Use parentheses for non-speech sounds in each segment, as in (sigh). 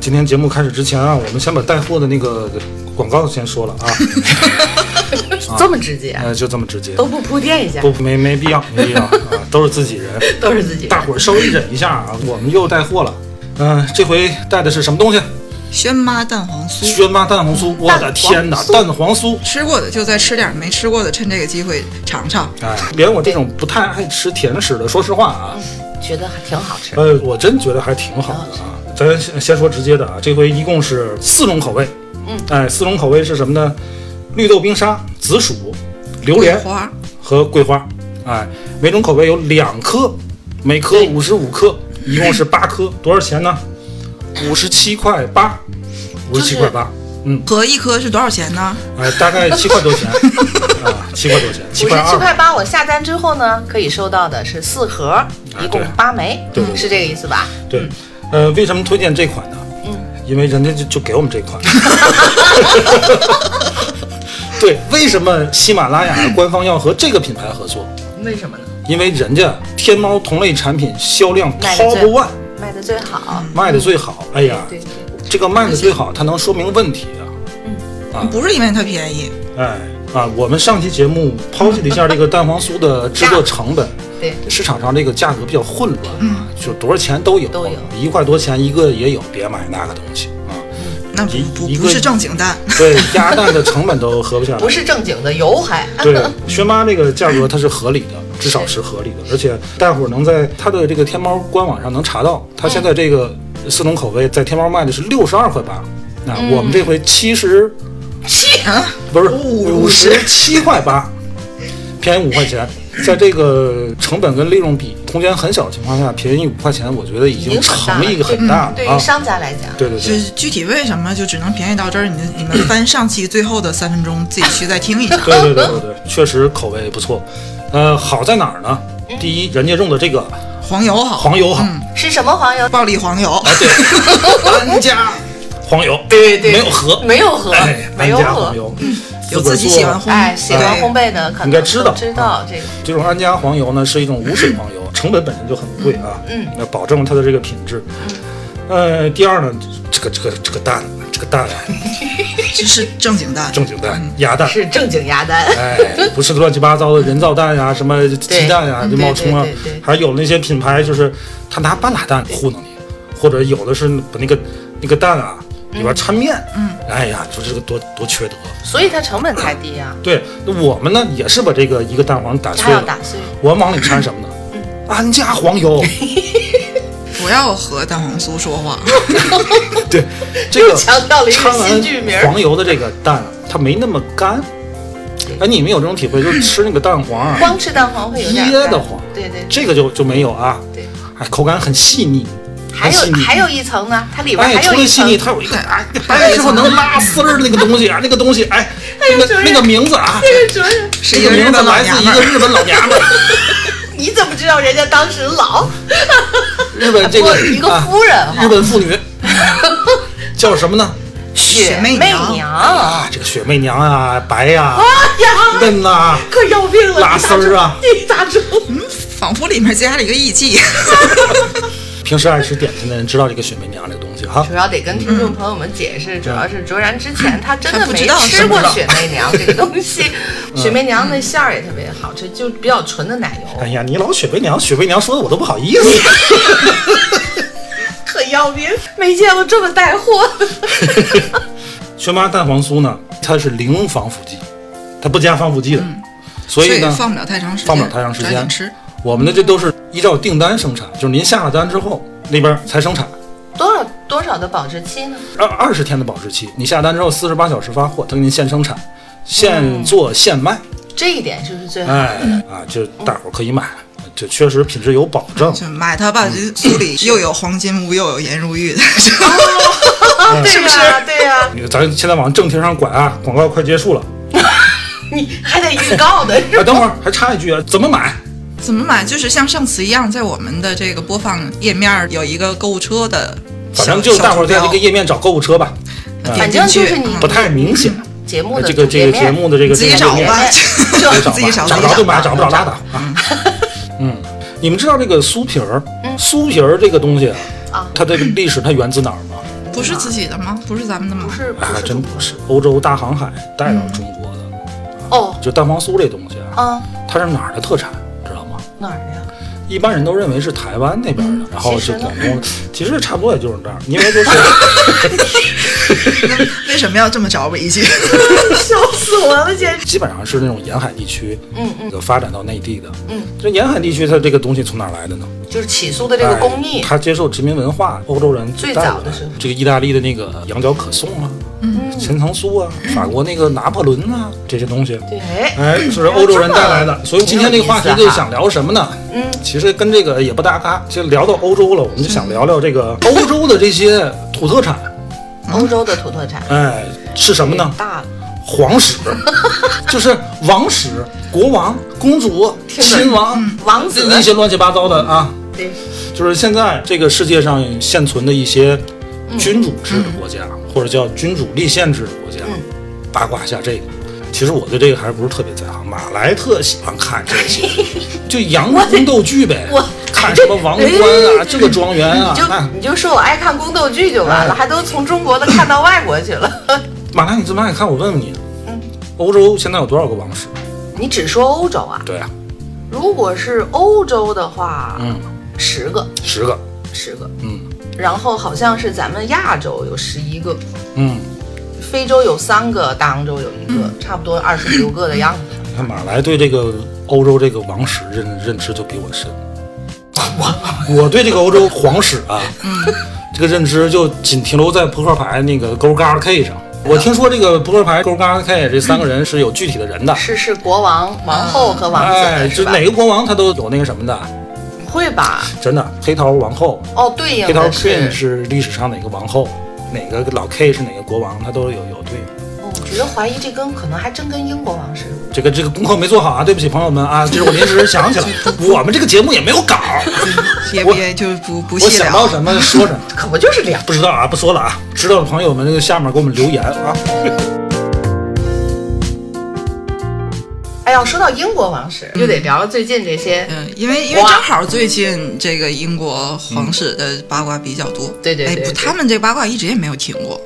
今天节目开始之前啊，我们先把带货的那个广告先说了 (laughs) 啊，这么直接，呃，就这么直接，都不铺垫一下，不没没必要，没必要啊， (laughs) 都是自己人。都是自己大伙儿稍微忍一下啊，我们又带货了。嗯、这回带的是什么东西？轩妈蛋黄酥，轩妈蛋黄酥，我的天哪，蛋黄酥！吃过的就再吃点儿，没吃过的趁这个机会尝尝。哎，连我这种不太爱吃甜食的，说实话啊，嗯觉得还挺好吃。呃，我真觉得还挺好的啊。咱先先说直接的啊，这回一共是四种口味。嗯，哎，四种口味是什么呢？绿豆冰沙、紫薯、榴莲桂花，和桂花。哎，每种口味有两颗，每颗五十五克，一共是八颗，多少钱呢？五十七块八，五十七块八。嗯，和一颗是多少钱呢？哎，大概七块多钱啊，七块多钱，七五十块七二。块八，我下单之后呢，可以收到的是四盒，一共啊对八枚，对嗯是这个意思吧？对，呃，为什么推荐这款呢？嗯，因为人家就就给我们这 (laughs) 款。 (laughs) 对，为什么喜马拉雅官方要和这个品牌合作？为什么呢？因为人家天猫同类产品销量卖得 top 最 one，卖的最好，卖的最好。哎呀，对对对，这个卖的最好，它能说明问题啊。啊不是因为它便宜，哎啊，我们上期节目剖析了一下这个蛋黄酥的制作成本。 (laughs) 对，嗯市场上这个价格比较混乱，啊，就多少钱都有，都有一块多钱一个也有，别买那个东西啊。那不一不一个不是正经蛋，对，鸭蛋的成本都合不下来。不是正经的油还。对，轩妈这个价格它是合理的，至少是合理的，而且大伙儿能在它的这个天猫官网上能查到，它现在这个四种口味在天猫卖的是六十二块八，那嗯我们这回七十七啊，不是五十七块八，便宜五块钱。在这个成本跟利润比空间很小的情况下，便宜五块钱，我觉得已经已经很大诚意了很大对了啊于。商家来讲，对对就对。。是具体为什么就只能便宜到这儿？你你们翻上期最后的三分钟，自己去再听一 (laughs) 下对对嗯对对对，确实口味不错。呃，好在哪儿呢？嗯第一，人家用的这个黄油啊好，黄油好，是什么黄油？ (laughs) 暴力黄油， (laughs) 安家黄油，对对没有和，没有和哎，，没安有嗯家黄和。油，有自己喜欢自个儿烘，做哎，喜欢对烘焙的可能应该啊知道都知道这个。这种安家黄油呢是一种无水黄油，成本本身就很贵啊，嗯，那保证它的这个品质。呃，第二呢，这个这个这个蛋，这个蛋啊，就是正经蛋。正经蛋，鸭蛋。嗯是正经鸭蛋，哎，不是乱七八糟的人造蛋呀、什么鸡蛋呀、嗯这冒充啊对对对对，还有那些品牌就是他拿半拉蛋糊弄你，或者有的是把那个那个蛋啊里边掺面，嗯，哎呀，就这个多多缺德。所以它成本才低啊。对，那我们呢也是把这个一个蛋黄打它碎要了打，嗯碎，我们往里掺什么呢？安家黄油， (laughs) 不要和蛋黄酥说话，对，这个强调了一个掺完新剧名儿。黄油的这个蛋，啊它没那么干。哎，你们有这种体会，就是吃那个蛋黄啊，光吃蛋黄会有点噎干得慌对对，对这个就就没有啊，对，哎，口感很细腻，还很细有腻。还有一层呢，它里边哎，还除有了一细层腻，它有一 (laughs) 个啊哎，掰开之后能拉丝儿的那个东西啊，那个东西哎，那主个任那个名字啊，主任，是这一个个日名字本老来自娘一们个儿。日本老娘们儿，你怎么知道人家当时老日本这不个一个啊夫人哈日本妇女叫什么呢？雪妹媚娘娘？啊，这个雪媚娘啊，白呀、嫩呐、可要命了，拉丝儿啊你咋整？你咋整？ (laughs) 仿佛里面加了一个艺妓。平时爱吃点心的人知道这个雪媚娘这个东西哈主。要得跟听众朋友们解释，主要是卓然之前他真的他不没知道吃过雪媚娘这个东西，雪媚娘那馅儿也特别好吃，就比较纯的奶哎油，呀，你老雪媚娘，雪媚娘说的我都不好意思。可要命，没见过这么带货。薛妈蛋黄酥呢，它是零防腐剂，它不加防腐剂的，所以呢，放不了太长时间，放不了太长时抓间紧吃。我们的这都是依照订单生产，就是您下了单之后那边才生产。多少多少的保质期呢？二二十天的保质期，你下单之后四十八小时发货，它给您现生产，现做现卖，这一点就是嗯最好。哎啊，就大伙儿可以买，这确实品质有保证。就买嗯 (laughs) 啊它吧，这酥里又有黄金屋，又有颜如玉的，啊对呀，对嗯个咱现在往正题上拐啊，广告快结束了。你还得预告 (laughs) 的，哎，等会儿还插一句啊，怎么买？怎么买？就是像上次一样，在我们的这个播放页面儿有一个购物车的小，反正就是小嗯大伙儿图在这个标页面找购物车吧，点反正进就去嗯是你不太明显。节目的这个主这个页节面目的这个自这己个找页面吧就 (laughs) 自自己找找自着己就买，找找不着拉倒啊。 (laughs) 嗯，你们知道这个酥皮儿，酥皮儿这个东西嗯啊，它的历史它源自哪儿 (laughs) 吗？不是自己的吗？不是咱们的吗 (laughs) 不？是啊不，是嗯真不是，欧洲大航海带到中国的，哦就蛋黄酥这东西啊，啊它是哪儿的特产，知道吗？哪 (laughs) 儿呀？一般人都认为是台湾那边的，然后嗯其实就呢广东，其实差不多也就是这样，因为 (laughs) 就是为什么要这么找北京？笑死我了，简直！基本上是那种沿海地区，嗯嗯，嗯，发展到内地的，嗯，这沿海地区它这个东西从哪儿来的呢？就是起诉的这个工艺哎，它接受殖民文化，欧洲人最带早过的来时候这个意大利的那个羊角可颂啊，嗯，千层酥 (laughs) 啊，法国那个拿破仑啊，这些东西。对，哎，哎，是欧洲人带来的，所以今天这个话题挺有就意思啊想聊什么呢？嗯，其实跟这个也不搭嘎，就聊到欧洲了，我们就想聊聊这个嗯欧洲的这些土特产，嗯欧洲的土特产哎，是什么呢？大了，皇室， (laughs) 就是王室、国王、公主、听着亲王、王子那些乱七八糟的啊，对，就是现在这个世界上现存的一些嗯君主制的国家，或者叫君主立宪制的国家，嗯八卦一下这个。其实我对这个还不是特别在行，马来特喜欢看这些， (laughs) 就洋宫斗剧呗我，看什么王冠啊，这个庄园啊你，就那你就说我爱看宫斗剧就完了，哎还都从中国的看到外国去了。 (laughs) 马来你这么爱看，我问问你嗯，欧洲现在有多少个王室？你只说欧洲啊？对啊，如果是欧洲的话，嗯，十个，十个，十个，嗯然后好像是咱们亚洲有十一个，嗯。非洲有三个，大洋洲有一嗯个，差不多二十六个的样子。你看马来对这个欧洲这个王室认认知就比我深，我我对这个欧洲皇室啊，嗯这个认知就仅停留在扑克牌那个勾嘎 K 上。我听说这个扑克牌勾嘎 K 这三个人是有具体的人的，是是国王、王后和嗯王子哎，的是就吧？哪个国王他都有那个什么的，会吧？真的。黑桃王后，哦，对应黑桃的 Queen 是，是历史上哪个王后，哪个老 K 是哪个国王，他都有有对应。哦我觉得怀疑这跟可能还真跟英国王室有关。这个这个功课没做好啊，对不起朋友们啊，这是我临时想起来， (laughs) 我们这个节目也没有稿儿，也我别就不啊不我细想到聊。什么说什么。可不就是两不知道啊，不说了啊。知道的朋友们，那个下面给我们留言啊。哎呀，说到英国王室，就得聊聊最近这些。嗯，因为因为哇嗯正好最近这个英国皇室的八卦比较多，对对对哎，对不，他们这八卦一直也没有停过，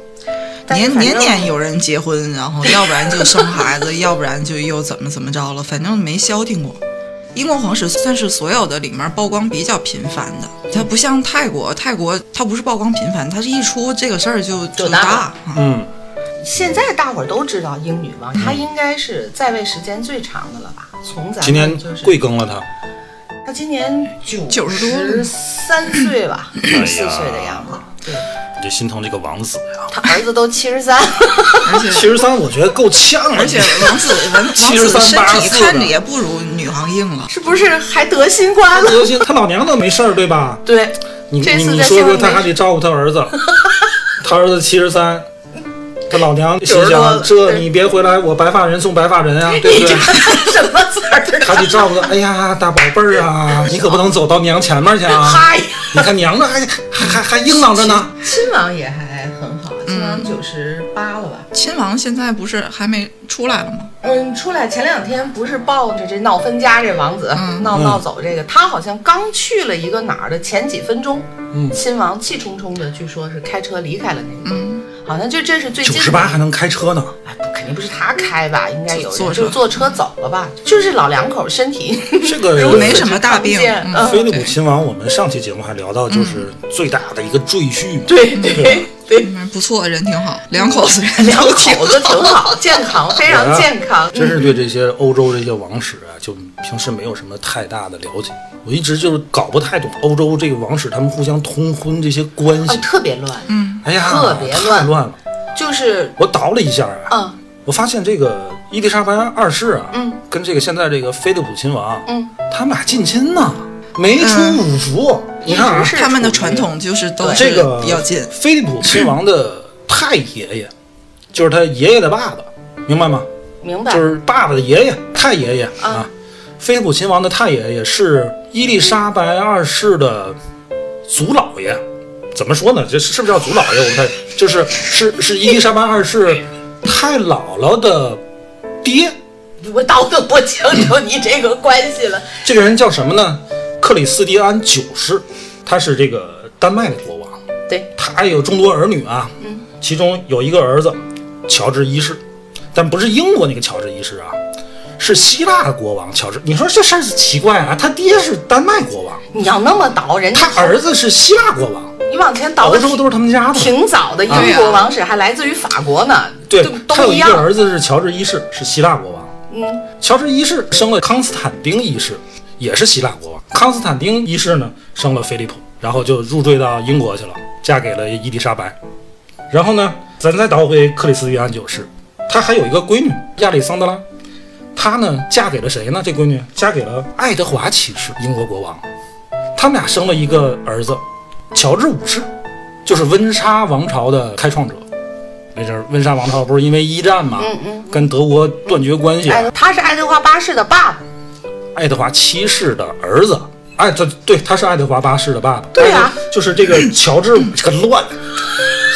但是年反年正年有人结婚，然 (laughs) 后要不然就生孩子，要不然就又怎么怎么着了，反正没消停过。英国皇室算是所有的里面曝光比较频繁的，它不像泰国，泰国它不是曝光频繁，它是一出这个事儿就就就大大。嗯嗯，现在大伙儿都知道英女王，她应该是在位时间最长的了吧？从咱今们年就是贵庚了他？她今年九90多了三岁吧，哎九四岁的样子。对，你就心疼这个王子呀。她儿子都七十三，而且七十三，我觉得够呛啊了。而 (laughs) 且王子王王子73身体84看着的也不如女皇硬了。是不是还得新冠了？德行，他老娘都没事儿，对吧？对，你这你次你在说新说，闻他还没得照顾他儿子，他儿子七十三。他老娘心90多想：了这你别回来，我白发人送白发人啊，对不对？ (laughs) 什么词儿？还得照顾他。哎呀，大宝贝儿啊，你可不能走到娘前面去 (laughs) 啊！嗨，你看娘这还还还还硬朗着呢。亲王也还很好，亲王九十八了吧？亲王现在不是还没出来了吗？嗯，出来前两天不是抱着这闹分家这王子、闹闹走这个，他好像刚去了一个哪儿的前几分钟，嗯亲王气冲冲的，据说是开车离开了那个，嗯，好像就这是最九近十八还能开车呢，哎，不肯定不是他开吧，应该有人坐就坐车坐车走了吧，就是老两口身体 (laughs) 这个如此没什么大病之常见嗯嗯，菲利普亲王，我们上期节目还聊到，就是最大的一个赘婿嘛。对对对，嗯不错，人挺好，两口子人都两挺好口子挺好，健康，非常健康， (laughs) 嗯真是对这些欧洲这些王室啊，就平时没有什么太大的了解。我一直就是搞不太懂欧洲这个王室他们互相通婚这些关啊系。特别乱，哎呀，特别太乱了。就是我倒了一下啊，嗯。我发现这个伊丽莎白二世啊，嗯跟这个现在这个菲利普亲王，嗯，他们俩近亲呢，没出五服。嗯你看啊一直，是他们的传统就是都对是这个 (clears throat) 比较近，菲利普亲王的太爷爷就是他爷爷的爸爸，明白吗？明白？就是爸爸的爷爷太爷爷啊，菲利普亲王的太爷爷是伊丽莎白二世的祖姥爷，怎么说呢？这是是不是叫祖姥爷？我不太就是是是伊丽莎白二世太姥姥的爹，我倒的不清楚你这个关系了。这个人叫什么呢？克里斯蒂安九世，他是这个丹麦的国王，对，他也有众多儿女啊，其中有一个儿子乔治一世，但不是英国那个乔治一世啊，是希腊的国王乔治。你说这事儿是奇怪啊，他爹是丹麦国王，你要那么倒，人家他儿子是希腊国王，你往前倒欧的洲都是他们家的。挺早的英国王室还来自于法国呢，对都，他都有一一个样。儿子是乔治一世，是希腊国王。嗯，乔治一世生了康斯坦丁一世，也是希腊国王。康斯坦丁一世呢，生了菲利普，然后就入赘到英国去了，嫁给了伊丽莎白。然后呢，咱再倒回克里斯蒂安九世，她还有一个闺女亚历桑德拉，她呢嫁给了谁呢？这闺女嫁给了爱德华七世，英国国王。他们俩生了一个儿子，乔治五世，就是温莎王朝的开创者。没事儿，温莎王朝不是因为一战嘛，跟德国断绝关系，嗯哎，他是爱德华八世的爸爸，爱德华七世的儿子。爱他对，他是爱德华八世的爸爸。对啊爱德就是这个乔 (laughs) 治这个乱，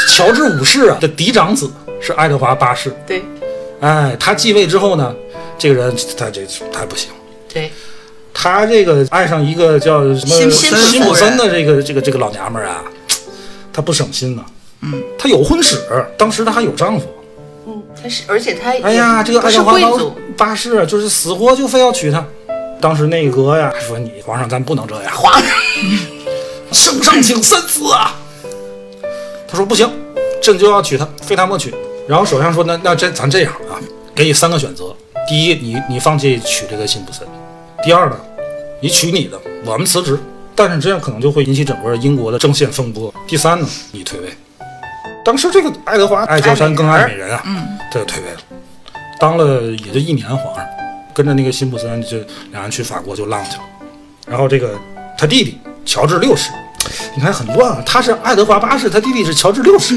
乔治五世啊的嫡长子是爱德华八世。对哎，他继位之后呢，这个人他这他不行，哎对，他这个爱上一个叫什么辛普森辛普夫人森的这个这个这个老娘们儿啊，他不省心呐。嗯，他有婚史，当时她还有丈夫。嗯，他是，而且他也哎呀，这个嗯不爱是德华贵八族，八世啊就是死活就非要娶她。当时内阁呀说你皇上咱不能这样，皇上圣上请三思啊！他说不行，朕就要娶她，非她莫娶。然后首相说那那这咱这样啊，给你三个选择：第一，你你放弃娶这个辛普森；第二呢，你娶你的，我们辞职。但是这样可能就会引起整个英国的政线风波。第三呢，你退位。当时这个爱德华爱江山更爱美人啊，他就退位了，当了也就一年皇上，跟着那个辛普森就俩人去法国就浪去了。然后这个他弟弟乔治六世，你看很乱啊，他是爱德华八世，他弟弟是乔治六世。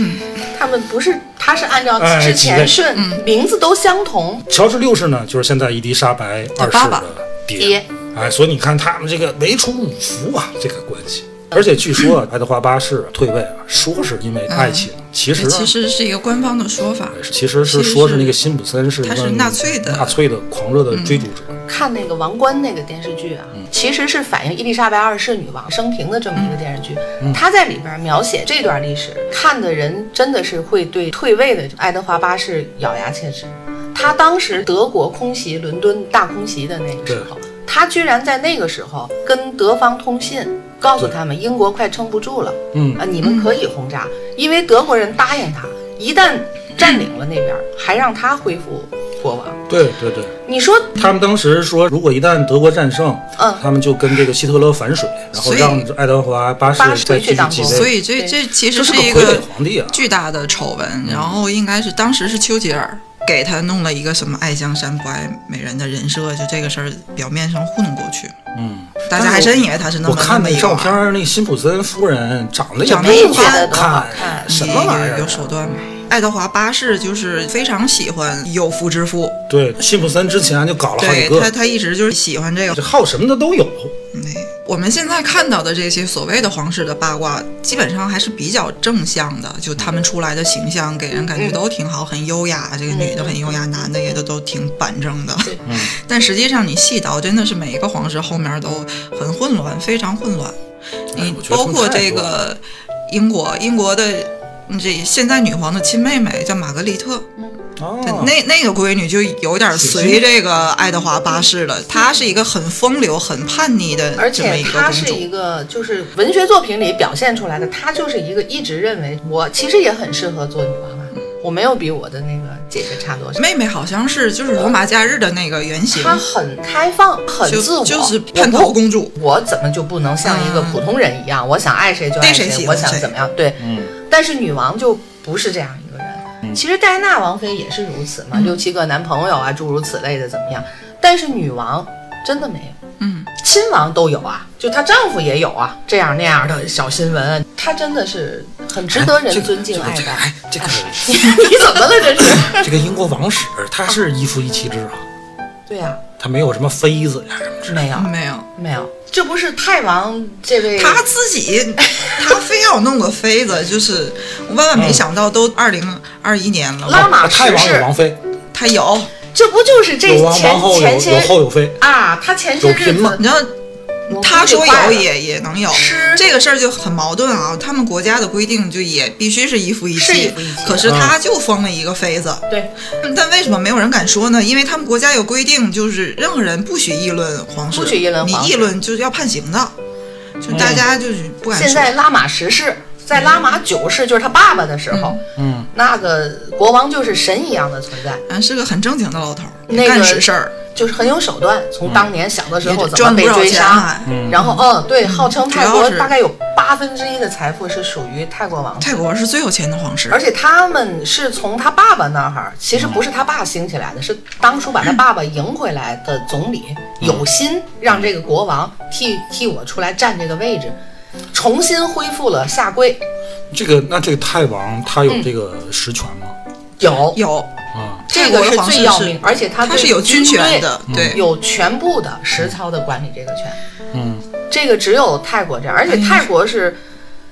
他们不是，他是按照哎之几前位顺，名字都相同，乔治六世呢，就是现在伊丽莎白二世爸爸的爹。嗯哎，所以你看他们这个没出五福啊，这个关系。而且据说啊，爱德华八世退位啊，说是因为爱情，其实啊嗯其实是一个官方的说法，其实是其实说是是那个辛普森是他一个是纳粹的嗯纳粹的狂热的追逐者。看那个《王冠》那个电视剧啊，其实是反映伊丽莎白二世女王生平的这么一个电视剧。她在里边描写这段历史，看的人真的是会对退位的爱德华八世咬牙切齿。他当时德国空袭伦敦大空袭的那个时候，他居然在那个时候跟德方通信，告诉他们英国快撑不住了。嗯啊，你们可以轰炸，因为德国人答应他，一旦占领了那边，还让他恢复国王。对对对，你说他们当时说，如果一旦德国战胜，嗯他们就跟这个希特勒反水，然后所以让爱德华八世八世再继去续当继国位。王所以这对这其实这是一个傀个儡皇帝啊嗯巨大的丑闻，然后应该是当时是丘吉尔给他弄了一个什么爱江山不爱美人的人设，就这个事儿表面上糊弄过去，嗯，大家还真以为他是那我么看那那么一个照玩片儿儿，那辛普森夫人长得也长得没也有不觉得多好看看，什么玩意有儿有啊？手段吗？爱德华八世就是非常喜欢有夫之妇，对，辛普森之前就搞了好几对个他，他一直就是喜欢这个这好什么的都有。对，我们现在看到的这些所谓的皇室的八卦，基本上还是比较正向的，就他们出来的形象给人感觉都挺好，很优雅，这个女的很优雅，男的也都都挺板正的。嗯但实际上你细倒，真的是每一个皇室后面都很混乱，非常混乱。你哎我觉得包括他们太这多了个英国，英国的嗯这现在女皇的亲妹妹叫玛格丽特，哦，那那个闺女就有点随这个爱德华八世了，她是一个很风流、很叛逆的而这么且一个他公是一主。个，就是文学作品里表现出来的，他就是一个一直认为我其实也很适合做女王啊，我没有比我的那个姐姐差多少。妹妹好像是就是罗马假日的那个原型，她很开放，很就自我，就是叛逃公主。我怎么就不能像一个普通人一样？我想爱谁就爱对谁喜我欢想谁怎么样？对，嗯但是女王就不是这样一个人。其实戴安娜王妃也是如此嗯嘛，六七个男朋友啊，诸如此类的，怎么样？但是女王真的没有，嗯，亲王都有啊，就她丈夫也有啊，这样那样的小新闻，她真的是很值得这人个尊敬爱这个戴。哎，这个 (laughs) 你怎么了 (laughs) 这是？这个英国王室，他是一夫一妻制啊，对呀、他没有什么妃子呀什么之类没有没有，没有，这不是泰王这位他自己他非要弄个妃子，就是我万万没想到，都二零二一年了，拉的。玛啊十泰王有世，王妃，他有，这不就是这有王前王后有前些有后有妃，啊？他前些有嫔日吗子你知道我他说估计坏有了也也能有是，这个事儿就很矛盾啊。他们国家的规定就也必须是一夫一是妻一夫一妻，可是他就封了一个妃子。对，嗯但为什么没有人敢说呢？因为他们国家有规定，就是任何人不许议论皇室，不许议论皇你室议论就是要判刑的。就大家就是不敢说。现在拉玛十世，在拉玛嗯九世就是他爸爸的时候，嗯，那个国王就是神一样的存在，啊，是个很正经的老头儿，那个干实事儿，就是很有手段。从当年小的时候嗯也怎么赚不被少追钱杀还，。然后嗯，对，号称泰主国要是大概有八分之一的财富是属于泰国王室。泰国是最有钱的皇室而，且他们是从他爸爸那儿，其实不嗯是他爸兴起来的，是当初把他爸爸迎回来的总理嗯有心让这个国王替替我出来占这个位置，重新恢复了下跪。这个那这个泰王他有这个实权吗？有有啊，这泰个国的是皇室最要命，而且他它对是有军权的，军对队，有全部的实操的管理这个权。嗯，这个只有泰国这样，哎而且泰国是。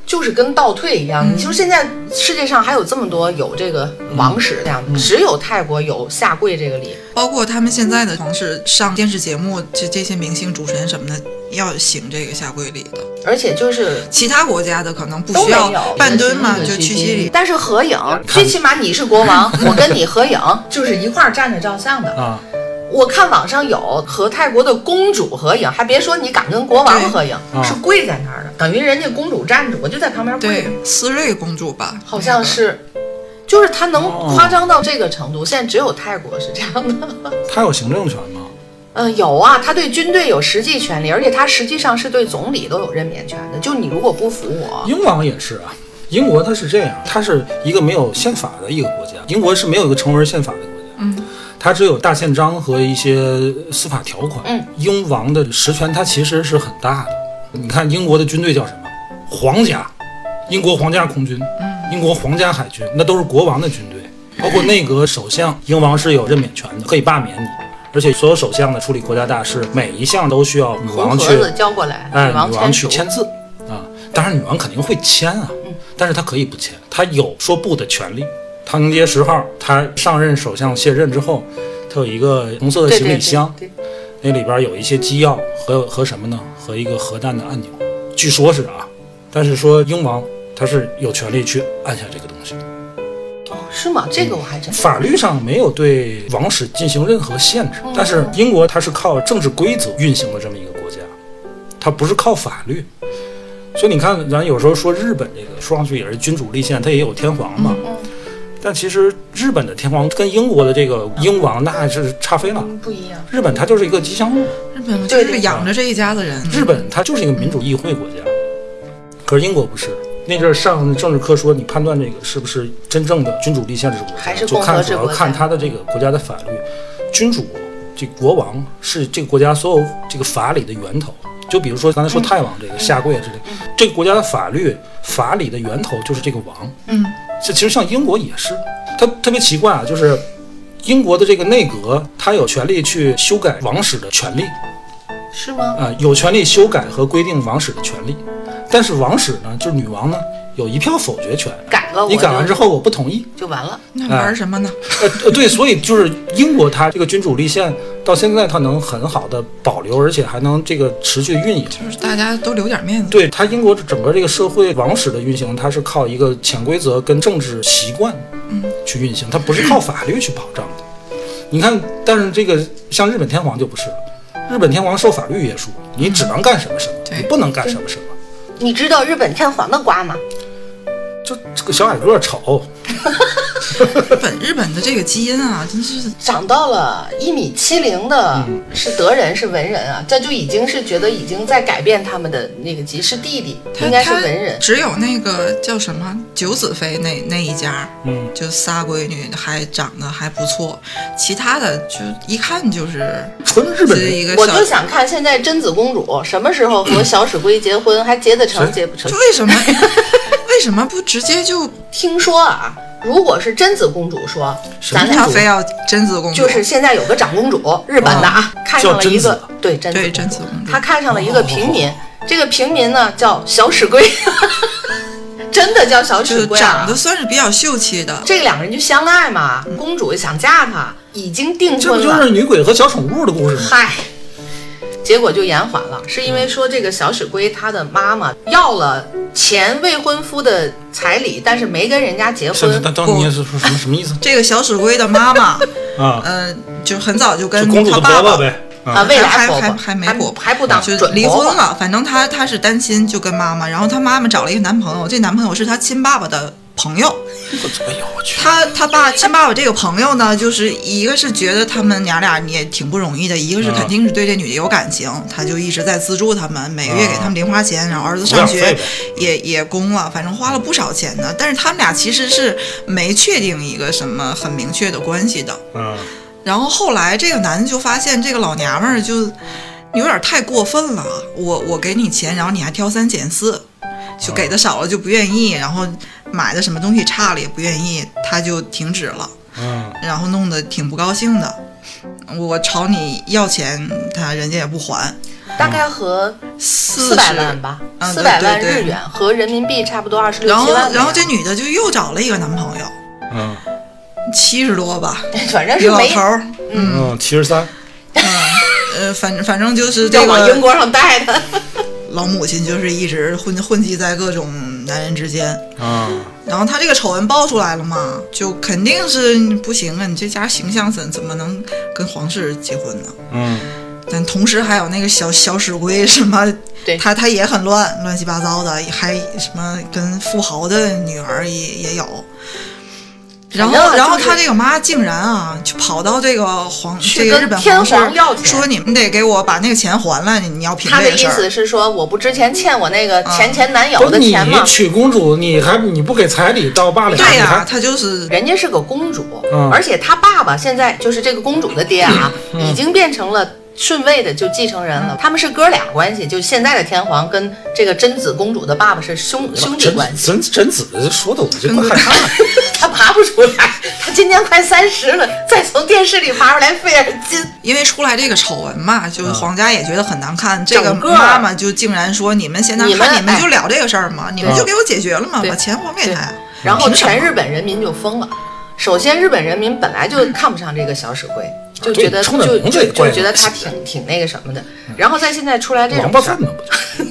就是跟倒退一嗯样，你就是现在世界上还有这么多有这个王室这嗯样的，只有泰国有下跪这个礼。包括他们现在的皇室上电视节目，这这些明星、主持人什么的，要行这个下跪礼的。而且就是其他国家的可能不都需没要有半蹲嘛，你的就信息屈膝礼。但是合影，最起码你是 (laughs) 国王，我跟你合影，就是一块儿站着照相的。啊，我看网上有和泰国的公主合影，还别说你敢跟国王合影对，啊是跪在那儿的，等于人家公主站着，我就在旁边跪对着，，思睿公主吧，好像是。就是他能夸张到这个程嗯度，现在只有泰国是这样的。他有行政权吗？嗯，有啊，他对军队有实际权利，而且他实际上是对总理都有任免权的。就你如果不服我，英王也是啊，英国它是这样，它是一个没有宪法的一个国家，英国是没有一个成文宪法的国家，嗯，它只有大宪章和一些司法条款，嗯，英王的实权它其实是很大的。你看英国的军队叫什么？皇家，英国皇家空军，英国皇家海军，那都是国王的军队，包括内阁、首相，英王是有任免权的，可以罢免你。而且所有首相呢，处理国家大事，每一项都需要女红王去盒子交过来，哎，女王女王签去署。签字啊。当然，女王肯定会签啊，但是她可以不签，她有说不的权利。唐宁街十号，她上任首相卸任之后，她有一个红色的对行对李对箱，对，那里边有一些机要和和什么呢？和一个核弹的按钮，据说是啊，但是说英王他是有权利去按下这个东西。哦，是吗？这嗯个我还真法律上没有对王室进行任何限制，但是英国它是靠政治规则运行的这么一个国家，它不是靠法律。所以你看，咱有时候说日本这个说上去也是君主立宪，它也有天皇嘛。但其实日本的天皇跟英国的这个英王那是差飞了。不一样。日本它就是一个吉祥物，日本就对嗯是养着这一家子人。日本它就是一个民主议会国家。可是英国不是，那阵儿上政治课说，你判断这个是不是真正的君主立宪制国还家，是就共看和主制要国家看它的这个国家的法律，君主这国王是这个国家所有这个法理的源头。就比如说刚才说嗯泰王这个下跪啊之类，这个国家的法律法理的源头就是这个王。嗯，这其实像英国也是，它特别奇怪啊，就是英国的这个内阁，它有权利去修改王室的权利。是吗？啊、有权利修改和规定王室的权利，但是王室呢，就是女王呢，有一票否决权。改了我你改完就之后，我不同意。就完了。那玩什么呢？呃，呃对，所以就是英国它这个君主立宪到现在，它能很好的保留，而且还能这个持续运营。就是大家都留点面子。对它英国整个这个社会王室的运行，它是靠一个潜规则跟政治习惯去运行，它不是靠法律去保障的。你看，但是这个像日本天皇就不是，日本天皇受法律约束，你只能干什么什么，对你不能干什么什么。你知道日本天皇的瓜吗？就这个小矮个儿丑，日本日本的这个基因啊，真是长到了一米七零的嗯是德人，是文人啊，这就已经是觉得已经在改变他们的那个级，是弟弟，他应该是他文人。只有那个叫什么九子妃那那一家，嗯，就仨闺女还长得还不错，其他的就一看就是纯日本是人。一个我小就想看现在贞子公主什么时候和小史龟结婚，还结得成谁结不成 (laughs) 就？为什么？为什么不直接就听说啊，如果是贞子公主说，什么咱公俩主他非要贞子公主？就是现在有个长公主，日本的啊，哦看上叫了一个贞子对贞对子，贞子哦公主，她看上了一个平民，这个平民呢叫小史龟， (laughs) 真的叫小就史是龟、长啊得。算是比较秀气的，这两个人就相爱嘛，嗯公主想嫁他，已经订这不婚就了是，女鬼和小宠物的故事吗？嗨。结果就延缓了，是因为说这个小史龟他的妈妈要了前未婚夫的彩礼，但是没跟人家结是，婚。当当你是说什么什么意思这个小史龟的妈妈，啊？嗯、就很早就就跟公主嗯他的爸婆爸婆呗啊，啊，未来还婆婆还还没婆婆啊还不当就准离婆婆婚了。反正她她是单亲，就跟妈妈，然后她妈妈找了一个男朋友，这男朋友是她亲爸爸的朋友。哎呦我去，她她爸亲爸爸这个娘友呢，就是一个是觉得他们娘俩也挺不容易的，一个是嗯肯定是对这女的有感情，他就一直在资助他们，每个月给他们零花钱，然后儿子抚嗯上养费学呗也也供了，反正花了不少钱呢。但是他们俩其实是没确定一个什么很明确的关系的。嗯，然后后来这个男的就发现这个老娘们儿就有点太过分了，我我给你钱，然后你还挑三拣四，就给的少了就不愿意，然后买的什么东西差了也不愿意，他就停止了，嗯，然后弄得挺不高兴的。我朝你要钱，他人家也不还，大概和四四百万吧，嗯四百万对对日对元合人民币差不多二十六然七后万。然后这女的就又找了一个男朋友，嗯七十多吧， (laughs) 反正一是老没头儿，嗯，七十三，呃，反正反正就是这要个往英国上带的。老母亲就是一直混混迹在各种男人之间，啊，然后她这个丑闻爆出来了嘛，就肯定是不行啊！你这家形象怎怎么能跟皇室结婚呢？嗯，但同时还有那个小小史龟什么，对他他也很乱，乱七八糟的，还什么跟富豪的女儿也也有。然后反，正然后就是他这个妈竟然啊，就跑到这个皇去这个跟日本天皇室皇要钱说你们得给我把那个钱还了，你你要评他这的个意事儿。啊思是说，我不之前欠我那个前前男友不的是你钱吗？娶公主，你还你不给彩礼到罢了，对你呀、还他就是人家是个公主嗯，而且她爸爸现在就是这个公主的爹啊，已经变成了。顺位的就继承人嗯了，他们是哥俩关系，就现在的天皇跟这个贞子公主的爸爸是兄兄弟贞关系，贞贞子说的我就快害怕了。他爬不出来，他今年快三十了，再从电视里爬出来费点劲，因为出来这个丑闻嘛，就是皇家也觉得很难看。这个整个妈妈就竟然说：“你们现在你们看你们哎就聊这个事儿嘛，你们对就给我解决了嘛，对把钱还给对他。”然后凭什么全日本人民就疯了。首先，日本人民本来就看不上这个小史龟，就觉对得就冲着就名字也怪就觉得他挺挺那个什么的。然后在现在出来这王种八事儿蛋，呢不就？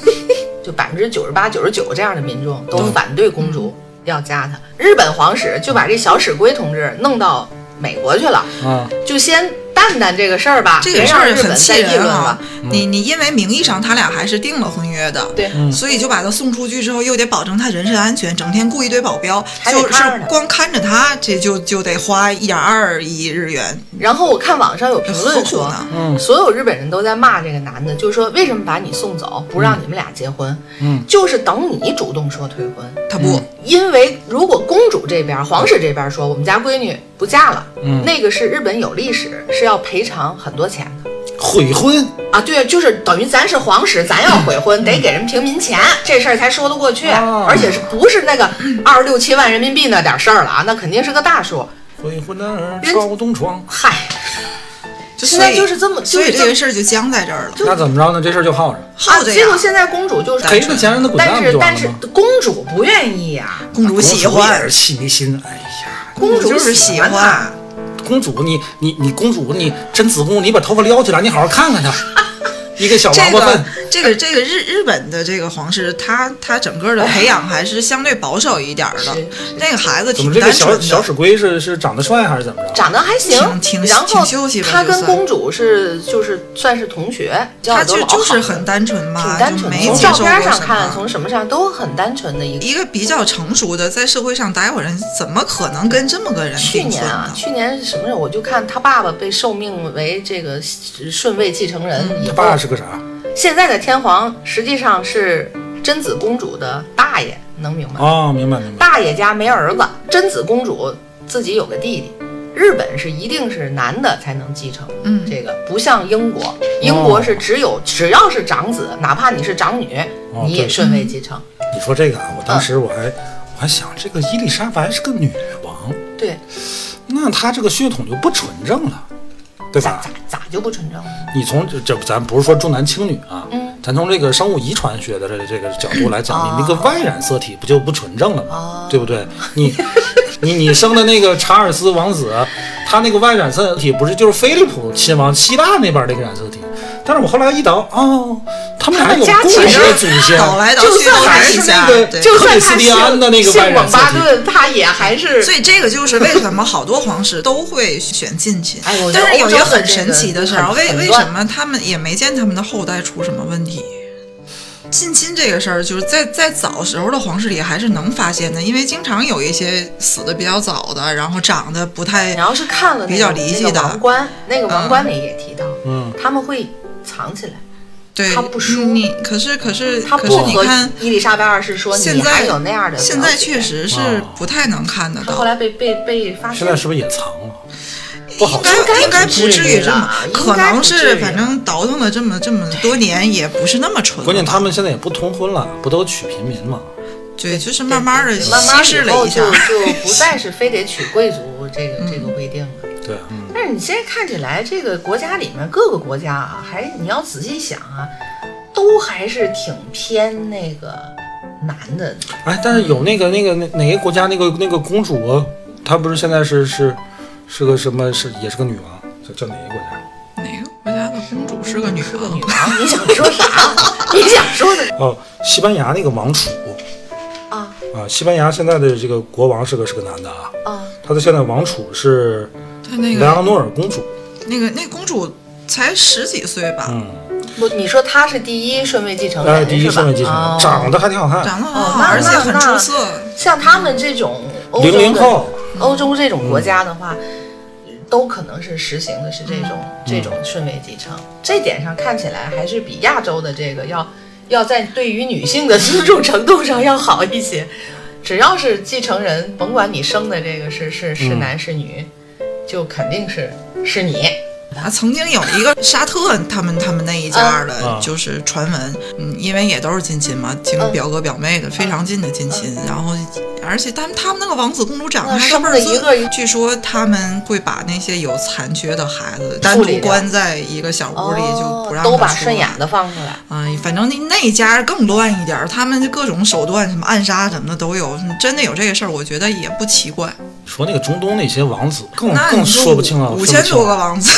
就百分之九十八、九十九这样的民众都嗯反对公主要嫁他。日本皇室就把这小史龟同志弄到美国去了，啊，就先淡淡这个事儿吧，这别个事让儿日很本再气议论人了啊。！你你因为名义上他俩还是订了婚约的，对所以就把他送出去之后，又得保证他人身安全，整天雇一堆保镖，还得就是看着他光看着他，这就就得花一点二亿日元，然后我看网上有评论何苦说呢，嗯所有日本人都在骂这个男的，就是说为什么把你送走，不让你们俩结婚？嗯，就是等你主动说退婚，他不。因为如果公主这边、皇室这边说我们家闺女不嫁了，嗯那个是日本有历史，是要赔偿很多钱的。悔婚，啊，对，就是等于咱是皇室，咱要悔婚，得给人平民钱，这事儿才说得过去。哦而且是不是那个二十六七万人民币那点事儿了啊？那肯定是个大数。啊悔婚男儿朝东床。嗨，就现在所以就是这么所以就是这个事儿就僵在这儿了。那怎么着呢？这事儿就耗着，好啊这结果样，现在公主就是赔了钱让他滚但蛋不是就完但了是吗？公主不愿意呀、公主喜欢也是，细心，哎呀，啊公主就是喜欢欢她。公主你你你公主你贞子公主，你把头发撩起来，你好好看看她，一个小这啊王八个蛋。这个这个日日本的这个皇室，他他整个的培养还是相对保守一点儿的是。那个孩子怎么挺这个单纯小的，小史龟是是长得帅还是怎么着？长得还行，挺挺然挺后秀气吧她就跟算公主是就是算是同学，交他往都就老就是好很单纯挺嘛，单就纯的。没从接照受过片上什看，么。从什么上都很单纯的一个。一个比较成熟的，在社会上待过人，怎么可能跟这么个人去订婚年啊呢，？去年是什么时候？我就看他爸爸被授命为这个顺位继承人以嗯他后，爸是个啥？现在的天皇实际上是贞子公主的大爷，能明白吗？哦，明白明白。大爷家没儿子，贞子公主自己有个弟弟。日本是一定是男的才能继承，嗯这个不像英国，英国是只有只要是长子，哪怕你是长女哦，你也对顺位继承。嗯你说这个啊，我当时我还还想这个伊丽莎白是个女王，对，那她这个血统就不纯正了，对咋吧咋？咋就不纯正了？你从这这，咱不是说重男轻女啊，嗯咱从这个生物遗传学的这这个角度来讲，哦你那个外染色体不就不纯正了吗？对不对？你你你生的那个查尔斯王子，他那个外染色体不是就是菲利普亲王希腊那边那个染色体？但是我后来一倒，哦，他们俩有他们家共其实同的祖先，倒来倒就去算都还是一是家那个对就算克他里斯蒂安的那个姓外染蒙色巴体顿，他也还 (laughs) 是所以这个就是为什么好多皇室都会选近亲，哎我觉得但是有一欧个洲的很这个神奇的事儿，很为很为乱什么他们也没见他们的后代出什么问题？近亲这个事儿，就是在在早时候的皇室里还是能发现的，因为经常有一些死的比较早的，然后长得不太然后是看了那个比较离奇的那个王冠，那个王嗯冠里也提到，嗯，他们会藏起来，对，他不说你可是可是他可不是你和看伊丽莎白二世说现你在还有那样的表姐，哦现在确实是不太能看得他到后。来被被被发现现在是不是也藏了？不好应说，该应该不不至至于于这么啦，应该可能不至是于反正倒腾了这么这么多年，也不是那么纯。关键他们现在也不通婚了，不都娶平民吗？对，就是慢慢的慢稀慢以释了后一下就。就不再是非得娶 (laughs) 贵族这个这个规定了。对，嗯，但是你现在看起来，这个国家里面各个国家啊，还你要仔细想啊，都还是挺偏那个男的。哎，但是有那个那个那哪个国家那个那个公主，她不是现在是是是个什么是也是个女王，叫叫哪个国家？哪个国家的公主是个女这个王女？王，你想说啥？ (laughs) 你想说的哦，西班牙那个王储啊啊，西班牙现在的这个国王是个是个男的啊，啊！他的现在王储是她那莱昂个诺尔公主，那个那公主才十几岁吧，嗯，不，你说他是第一顺位继承她人是第一是吧顺位继承哦人，长得还挺好看，长得哦很好，那而且很那出色。像他们这种欧洲零的零后，欧洲这种国家的话，都可能是实行的是这种、嗯这种顺位继承，这点上看起来还是比亚洲的这个要要在对于女性的尊重程度上要好一些。只要是继承人，甭管你生的这个是是嗯是男是女，就肯定是是你。啊，曾经有一个沙特他们他们那一嗯家啊的，就是传闻，嗯，因为也都是近亲嘛，挺嗯表哥表妹的，非常近的近亲。然后，而且他们他们那个王子公主长得啊还是生倍了儿一个尊。据说他们会把那些有残缺的孩子单处独理掉哦关在一个小屋里，就不让都他把出顺来眼的放出来。哎，反正那那一家更乱一点儿，他们就各种手段，什么暗杀什么的都有，嗯真的有这个事儿，我觉得也不奇怪。说那个中东那些王子更那更你说说不清了，五分千不清多个王子，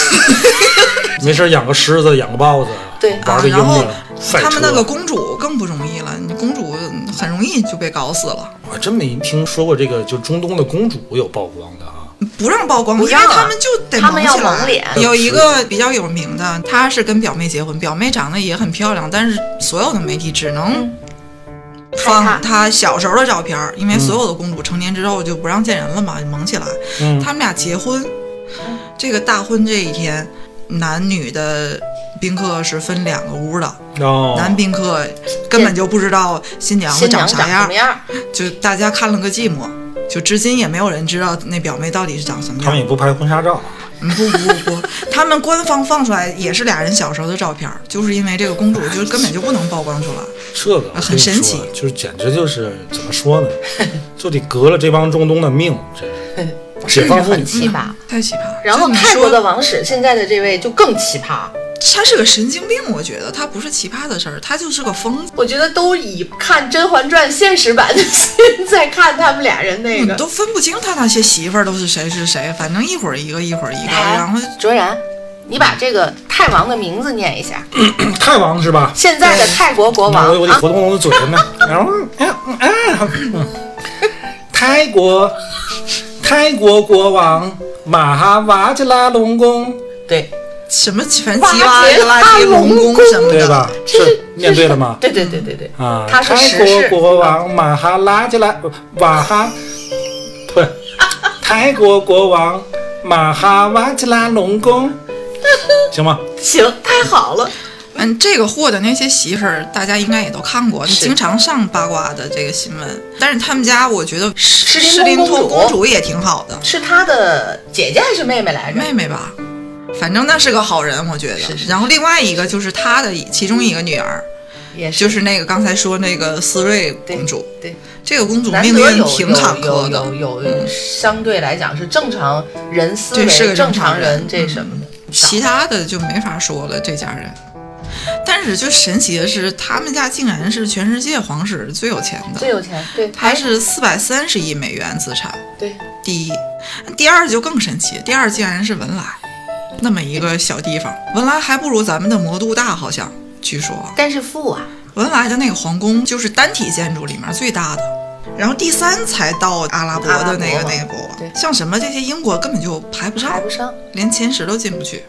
没事儿养个狮子，养个豹子，对玩个啊鹦然后鹉，赛车。他们那个公主更不容易了，你公主很容易就被搞死了，我还真没听说过这个，就中东的公主有曝光的啊。不让曝光，不因为让啊他们就得他们要起来蒙脸有一个比较有名的，她是跟表妹结婚，表妹长得也很漂亮，但是所有的媒体只能拍放她她小时候的照片儿，因为所有的公主成年之后就不让见人了嘛，就蒙起来。嗯，他们俩结婚，这个大婚这一天，男女的宾客是分两个屋的，哦，男宾客根本就不知道新娘子新长娘长啥什样么，样？就大家看了个寂寞。就至今也没有人知道那表妹到底是长什么他们样也。不拍婚纱照，啊嗯不不不，他们官方放出来也是俩人小时候的照片儿，就是因为这个公主就根本就不能曝光出来。这个我跟很你神说啊奇就是简直就是怎么说呢，就得革了这帮中东的命，真是解放妇女很。气吧。太奇葩了。啊然后就你泰国说的王室现在的这位就更奇葩。他是个神经病，我觉得他不是奇葩的事儿，他就是个疯子。我觉得都以看《甄嬛传》现实版的心在看他们俩人那你个。都分不清他那些媳妇儿都是谁是谁，反正一会儿一个，一会儿一个，哎然后卓然，你把这个泰王的名字念一下。 (clears throat) 泰王是吧？现在的泰国国那王我我得啊，活动活动嘴呢。 (laughs) 然后，哎嗯哎嗯泰国，泰国国王马哈瓦吉拉隆功，对，什么反正哇吉拉杰拉拉提龙龙宫宫什么的，对吧？这是面对了吗？对对对对对，啊，他是泰实国事国王马哈拉吉拉瓦哈，不 (laughs) 是泰国国王马哈瓦吉拉隆功，行吗？行，太好了。嗯，这个货的那些媳妇儿，大家应该也都看过，是经常上八卦的这个新闻。但是他们家，我觉得施施施施林林通通公主公主也挺好的，是他的姐姐还是妹妹来着？妹妹吧，反正那是个好人，我觉得。是是然后另外一个就是他的其中一个女儿，也是就是那个刚才说那个思睿公主，对，这个公主难命得运有挺有坎坷有的有，有有相对来讲是正常人思对维，是个正正常常人嗯人这什么的，其他的就没法说了。这家人，但是就神奇的是，他们家竟然是全世界皇室最有钱最的，有钱，对，他是四百三十亿美元资产，对，第一，第二就更神奇，第二竟然是文莱，那么一个小地方，文莱还不如咱们的魔都大，好像据说但是富啊，文莱的那个皇宫就是单体建筑里面最大的，然后第三才到阿拉伯的那个阿拉伯嘛那个国王，对像什么这些英国根本就排不上排，不上。连前十都进不去。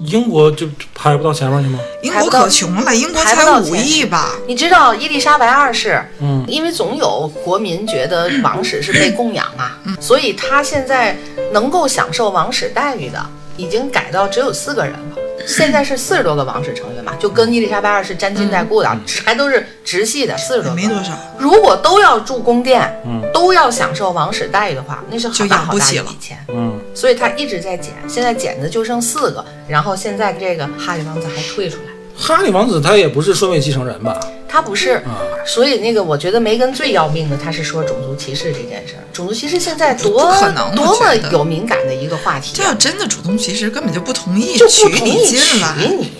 英国就排不到前面去吗？英排国不到可穷了，英国排不才到五前亿吧？你知道伊丽莎白二世，嗯，因为总有国民觉得王室是被供养啊，嗯所以他现在能够享受王室待遇的，已经改到只有四个人了。现在是四十多个王室成员吧，就跟伊丽莎白二世沾亲带故的，还都是直系的，嗯四十也多个没。多少，如果都要住宫殿，嗯都要享受王室待遇的话，那是就好大养好不大起一了笔钱。嗯，所以他一直在减，现在减的就剩四个，然后现在这个哈利王子还退出来。哈利王子他也不是顺位继承人吧？他不是，嗯所以那个我觉得梅根最要命的，他是说种族歧视这件事儿。种族歧视现在多不可能多我么觉得有敏感的一个话题这啊，要真的主动歧视，根本就不同意就娶不同你意进来。娶你。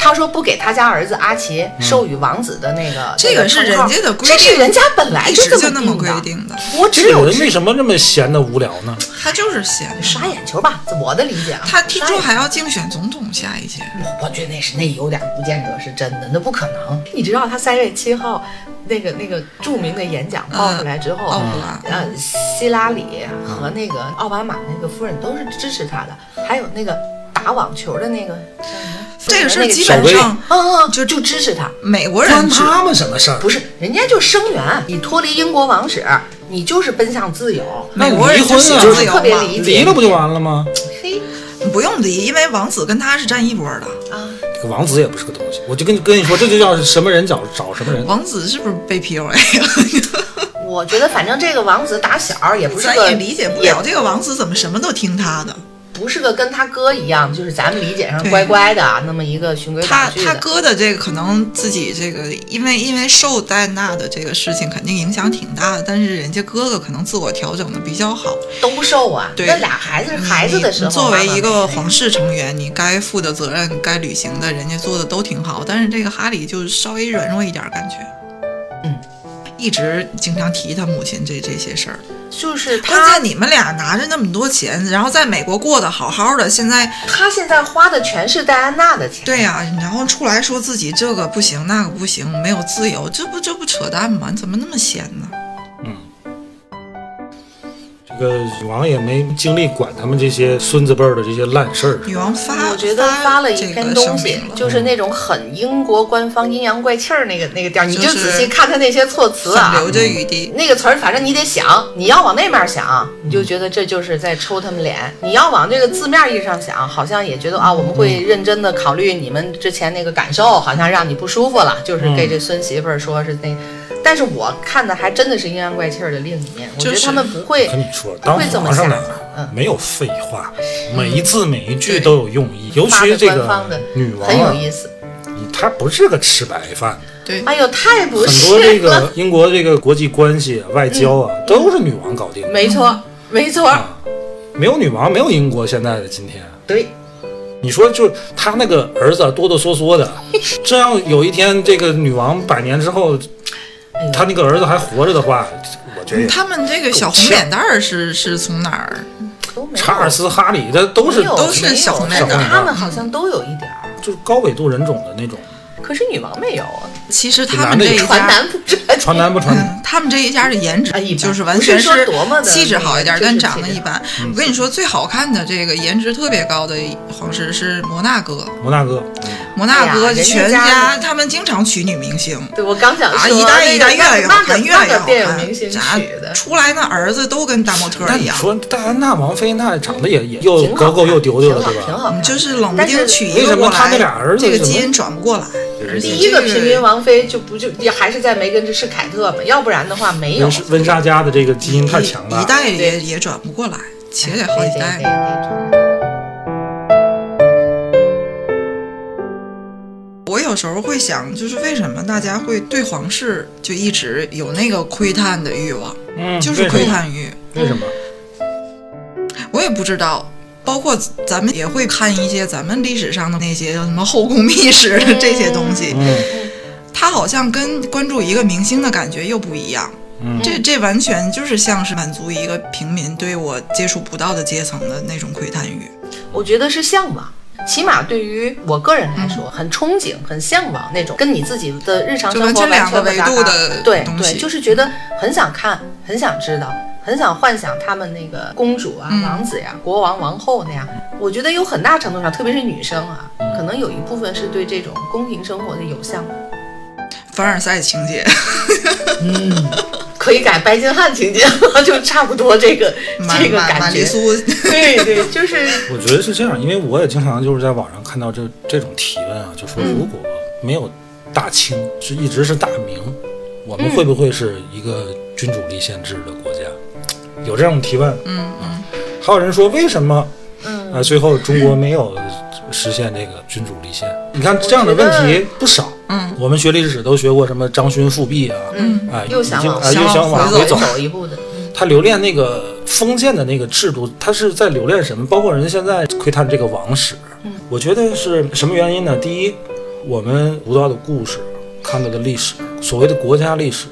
他说不给他家儿子阿奇授予王子的那个，嗯这那个是称号人家的规这是定人家本来一直就哎这那么规定的。定的，我只这个有人为什么这么闲的无聊呢？他就是闲的。刷眼球吧，我的理解啊。他听刷说眼还要竞选总统下一届，我我觉得那是那有点不见得是真的，那不可能。你知道他三月七号那个那个著名的演讲爆出来之后，奥普拉呃，希拉里和那个奥巴马那个夫人都是支持他的，还有那个打网球的那个叫什么，这个事儿基小本薇上嗯嗯，就就就支持他。美国人关知他们什么事儿？不是，人家就声援你脱离英国王室，你就是奔向自由，美国人离婚喜啊欢就就是自由特别嘛理解。离了不就完了吗？嘿不用离，因为王子跟他是站一波的。啊，这个王子也不是个东西，我就跟跟你说，这就叫什么人找找什么人。王子是不是被 PUA 了？ (laughs) 我觉得反正这个王子打小也不是咱个也理解不也了这个王子怎么什么都听他的。不是个跟他哥一样，就是咱们理解上对乖乖的啊那么一个循规蹈他矩他的。哥的这个可能自己这个，因为因为受戴安娜的这个事情肯定影响挺大的，但是人家哥哥可能自我调整的比较好。兜售啊，对那俩孩子是孩子的时候，啊你作为一妈妈个没皇室成员，你该负的责任、该履行的，人家做的都挺好。但是这个哈里就稍微软弱一点，感觉，嗯，一直经常提他母亲这这些事儿。就是关他键你们俩拿着那么多钱，然后在美国过得好好的，现在他现在花的全是戴安娜的钱，对呀、然后出来说自己这个不行那个不行，没有自由，这不这不扯淡吗？你怎么那么闲呢？这个女王也没精力管他们这些孙子辈儿的这些烂事儿。女王发，我觉得发了一篇东这西个声，明了嗯就是那种很英国官方阴阳怪气儿那个那个调儿，你就就是仔细看他那些措辞啊很，留着余地。那个词儿，反正你得想，你要往那面想，嗯你就觉得这就是在抽他们脸；你要往这个字面意义上想，好像也觉得啊，我们会嗯认真的考虑你们之前那个感受，好像让你不舒服了，就是嗯给这孙媳妇儿说是那。但是我看的还真的是阴阳怪气儿的另一面，我觉就得是他们不会跟你说，当会这么皇上想呢嗯，没有废话，每一字每一句都有用意。尤发其的这官方个的，女王很啊有，意思。她不是个吃白饭，对，哎呦，太不很多这是嗯了，个英国这个国际关系、外交啊，都是女王搞定的。没错，没错，啊，没有女王，没有英国现在的今天。对，你说，就是他那个儿子啊哆哆嗦嗦 (laughs) 的，这样有一天这个女王百年之后，哎呦嗯他那个儿子还活着的话，我觉得也他们这个小红脸蛋儿是是从哪儿？都没有查尔斯、哈里，这都是没有都是没有小红脸蛋儿他们好像都有一点儿，就是高纬度人种的那种，可是女王没有啊。其实他们这一传家，男不传传男不传女。嗯，他们这一家的颜值哎一般就是完全不是说多么的气质好一点那，个但就是长得气质嗯一般。我跟你说，最好看的这个颜值特别高的皇室是摩纳哥，摩纳哥，摩纳哥哎呀人家全家他们经常娶女明星。对，我刚想啊，说一代一代越来越好那个看，越来越那个好电影明星看。娶啊咱的，出来那儿子都跟大模特但一你样，说戴安娜、王妃那长得也也又挺好高看够又丢丢的，挺好对挺吧？好看，就是冷不但是丁娶一为个什过么他来，那俩儿子这个怎么基因转不过来。而且第一个这平民王妃就不就也还是在梅根之是凯特嘛，要不然的话没有温。莎温莎家的这个基因太强一大一了。代也也转不过来，且得好对几对代对呢。对我有有时候会想，就是为什么大家会对皇室就一直有那个窥探的欲望，嗯，就是窥探欲。为什么？我也不知道。包括咱们也会看一些咱们历史上的那些什么后宫秘史的这些东西，嗯它好像跟关注一个明星的感觉又不一样。嗯这这完全就是像是满足一个平民对我接触不到的阶层的那种窥探欲。我觉得是向往。起码对于我个人来嗯说，很憧憬、很向往那种跟你自己的日常就生活完完全两全个不搭维度嘎的对东对，西就是觉得很想看、很想知道、很想幻想他们那个公主啊、嗯王子呀、国王、王后那样。我觉得有很大程度上，特别是女生啊，可能有一部分是对这种宫廷生活的有向往，凡尔赛情节，可以改白金汉情节了， (laughs) 就差不多这个玛这个玛玛感丽觉。苏，对对，就是我觉得是这样，因为我也经常就是在网上看到这这种提问啊，就说如果没有大清，是一直是大明，我们会不会是一个君主立宪制的国家？有这种提问，嗯嗯，还有人说为什么？嗯啊，最后中国没有实现这个君主立宪。你看这样的问题不少，嗯，我们学历史都学过什么张勋复辟啊，嗯啊，又想已经往啊，又想往回回走，一步的。他留恋那个封建的那个制度，他是在留恋什么？包括人现在窥探这个王室，嗯我觉得是什么原因呢？第一，我们读到的故事、看到的历史，所谓的国家历史，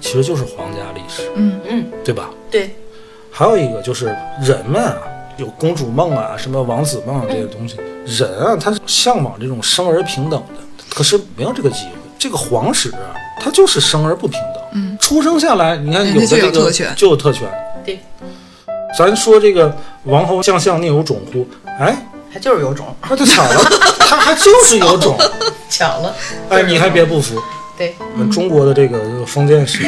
其实就是皇家历史，嗯，对吧？对，还有一个就是人们啊，有公主梦啊，什么王子梦啊这些东西，人啊，他是向往这种生而平等的，可是没有这个机会。这个皇室啊，它就是生而不平等。嗯，出生下来，你看人有家的这就有个特权就有特权。对，咱说这个王侯将相宁有种乎？哎，他就是有种，那就巧了，他还就是有种。巧了。哎，你还别不服，对，嗯中国的这个封建史，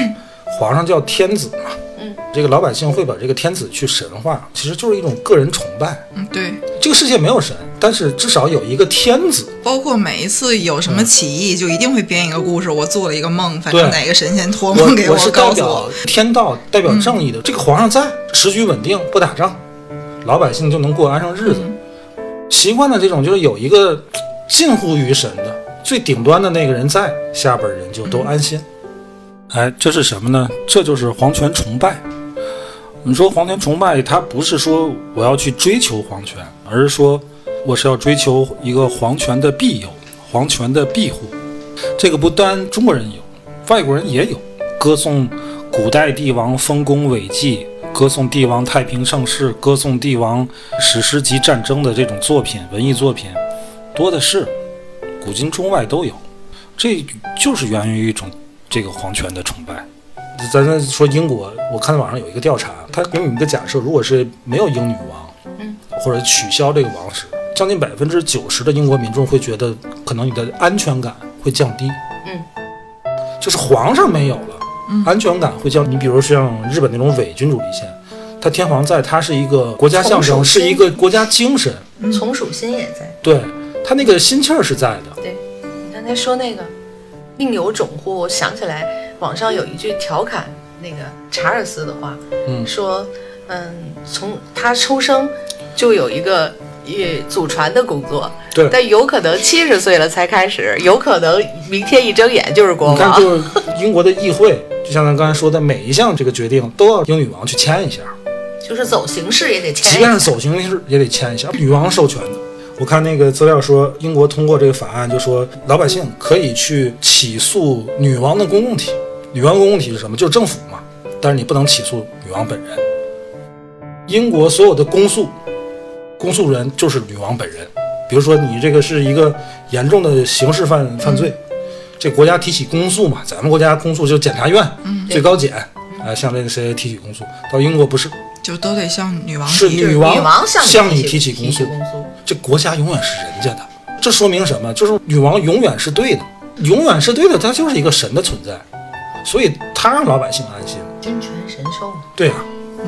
皇上叫天子嘛，嗯，这个老百姓会把这个天子去神化，其实就是一种个人崇拜。嗯对。这个世界没有神，但是至少有一个天子。包括每一次有什么起义，就一定会编一个故事。我做了一个梦，反正嗯对哪个神仙托我梦给是代告诉我表，嗯天道，代表正义的。这个皇上在，时局稳定，不打仗，老百姓就能过安生日子。嗯习惯了这种就是有一个呃近乎于神的最顶端的那个人在，下边人就都安心。哎，这是什么呢？这就是皇权崇拜。你说皇权崇拜，它不是说我要去追求皇权，而是说我是要追求一个皇权的庇佑、皇权的庇护。这个不单中国人有，外国人也有，歌颂古代帝王丰功伟绩，歌颂帝王太平盛世，歌颂帝王史诗级战争的这种作品、文艺作品多的是，古今中外都有。这就是源于一种这个皇权的崇拜。咱再说英国，我看网上有一个调查，他给你一个假设，如果是没有英女王，嗯，或者取消这个王室，将近百分之九十的英国民众会觉得，可能你的安全感会降低，嗯，就是皇上没有了，安全感会降。你比如像日本那种伪君主立宪，他天皇在，他是一个国家象从征，属是一个国家精神，从属心也在。对他那个心气儿是在的。你刚才说那个另有种乎，我想起来网上有一句调侃那个查尔斯的话，嗯说嗯，从他出生就有一个。也祖传的工作，对但有可能七十岁了才开始，有可能明天一睁眼就是国你看，王。就是英国的议会，就像咱刚才说的，每一项这个决定都要英女王去签一下，就是走形式也得即签一便下是走形式也得签一下，女王授权的。我看那个资料说，英国通过这个法案，就说老百姓可以去起诉女王的公共体。女王公共体是什么？就是政府嘛。但是你不能起诉女王本人。英国所有的公诉，公诉人就是女王本人。比如说你这个是一个严重的刑事犯犯罪，这国家提起公诉嘛，咱们国家公诉就是检察院、最高检，啊，向这个谁提起公诉。到英国不是，就都得向女王是提女女王王向向你你提起公公诉诉，这国家永远是人家的。这说明什么？就是女王永远是对的，永远是对的，她就是一个神的存在，所以她让老百姓安心。真权神授。对啊，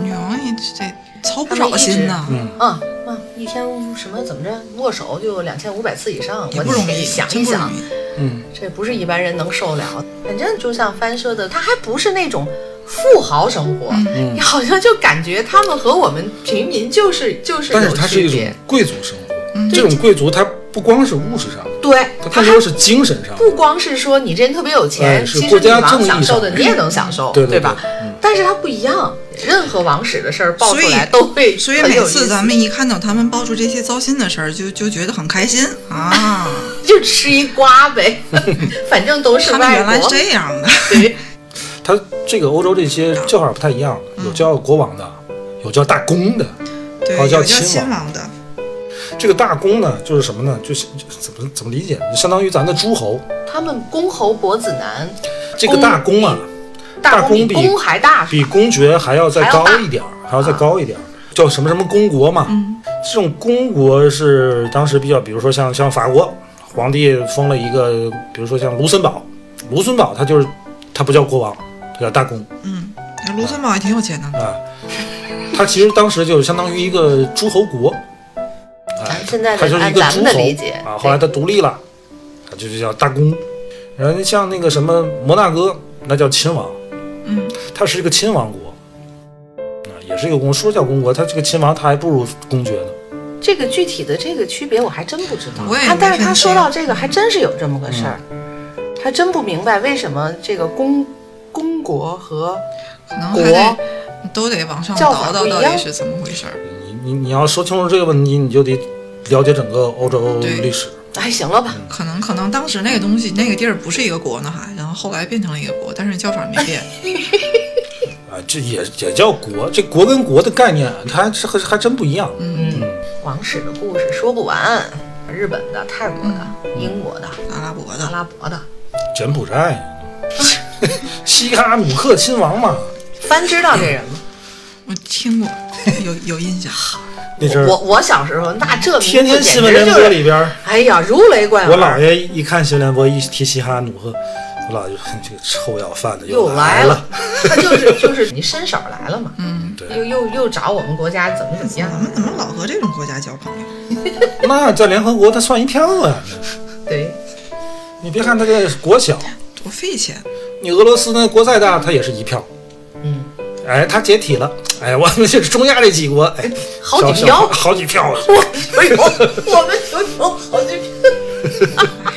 女王也得操不少心呐。嗯啊啊！一天什么怎么着握手就两千五百次以上，也我不容易，想真一不容想，易。嗯，这不是一般人能受了。反正就像帆说的，他还不是那种富豪生活，嗯你好像就感觉他们和我们平民就是就是但是有它是区一种别。嗯贵族生活，这种贵族它不光是物质上的，对，它它更还多是精神上的。不光是说你这人特别有钱，哎是其国实你家正王义享受的上你也能 (laughs) 享受，对对吧？但是它不一样，任何王室的事儿爆嗯所出以来都会所以很每有意次思咱们一看到他们爆出这些糟心的事儿，就就觉得很开心 (laughs) 啊，就吃一瓜 (laughs) 呗，反正都是他们外原来是国。这样的。对，它这个欧洲这些叫法不太一样，嗯有叫国王的，有叫大公的。对，哦有叫叫亲亲王王的，这个大公呢，就是什么呢？就是怎么怎么理解？就相当于咱的诸侯。他们公侯伯子男，这个大公啊，大公公比比公还大，比公爵还要再高一点儿，还要再高一点儿，叫什么什么公国嘛。嗯这种公国是当时比较，比如说像像法国皇帝封了一个，比如说像卢森堡，卢森堡他就是他不叫国王，他叫大公哎卢森堡也挺有钱的。啊。他其实当时就相当于一个诸侯国，咱哎现在他就的是一按个咱诸们的理解侯啊。后来对他独立了，他就就叫大公。然后像那个什么摩纳哥，那叫亲王，嗯，他是一个亲王国，啊，也是一个公，说叫公国，他这个亲王他还不如公爵呢。这个具体的这个区别我还真不知道我也。他没但是分他说清到这个还真是有这么个事儿，嗯还真不明白为什么这个公公国和可能还国得都得往上叫法倒倒，不一到样底是怎么回事儿？你你你要说清楚这个问题，你就得了解整个欧洲对历史。哎行了吧，嗯可能可能当时那个东西那个地儿不是一个国呢，还然后后来变成了一个国，但是叫法没变。啊，这也也叫国，这国跟国的概念，它还还还真不一样。嗯，王室的故事说不完，日本的、泰国的、嗯英国的、阿拉伯阿的，拉伯的，柬埔寨， (laughs) 西哈努克亲王嘛，帆知道这人吗？嗯我听过，有有印象。那阵我儿我小时候那这名字天天新闻联简直播就是，里边儿，哎呀，如雷贯我耳。姥爷一看新闻联播，一提西哈努克，我姥爷就哼这个臭要饭的又来来了，他就是就是你伸手来了嘛，嗯，对，嗯又又又找我们国家怎么怎么样咱，们怎么老和这种国家交朋友？那在联合国它算一票啊。 (laughs) 对。你别看它这个国小，多费钱！你俄罗斯那国再大，它也是一票。嗯，哎，它解体了，哎，我们就是中亚这几国，哎，好几小票小好几票啊。我们有，我们有有好几票。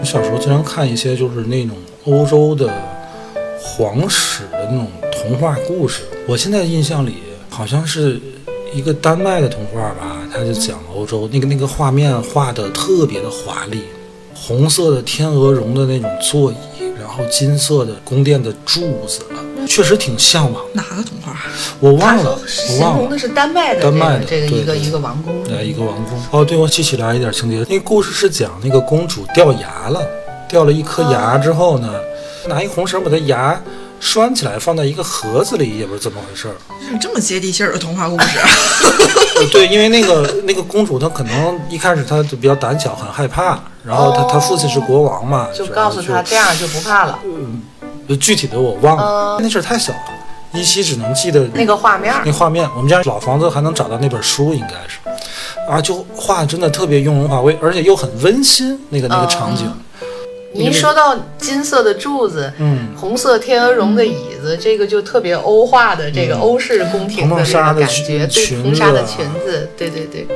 我小时候经常看一些就是那种欧洲的皇室的那种童话故事。我现在印象里好像是一个丹麦的童话吧，它就讲欧洲那个那个画面画的特别的华丽，红色的天鹅绒的那种座椅，然后金色的宫殿的柱子了，确实挺向往。哪个童话？我他忘了说，我形忘容了的。是丹麦的这丹麦个的这个对一个对一个王宫，呃，一个王宫。哦，对，我记起来一点情节。那个故事是讲那个公主掉牙了，掉了一颗啊牙之后呢，拿一红绳把她牙拴起来，放在一个盒子里，也不知怎么回事儿。这么接地气儿的童话故事，啊哦呃对，因为那个那个公主她可能一开始她就比较胆小，很害怕，然后她、她父亲是国王嘛，哦就然告后诉就他这样就不怕了。呃具体的我忘了，嗯那事儿太小了，依稀只能记得那个画面儿，那画面，我们家老房子还能找到那本书，应该是，啊，就画得真的特别雍容华贵，而且又很温馨，那个那个场景，你一说到金色的柱子，嗯，红色天鹅绒的椅子，这个就特别欧化的这个欧式宫廷的嗯那个感红觉，纱的对，裙红纱的裙裙子，对对对。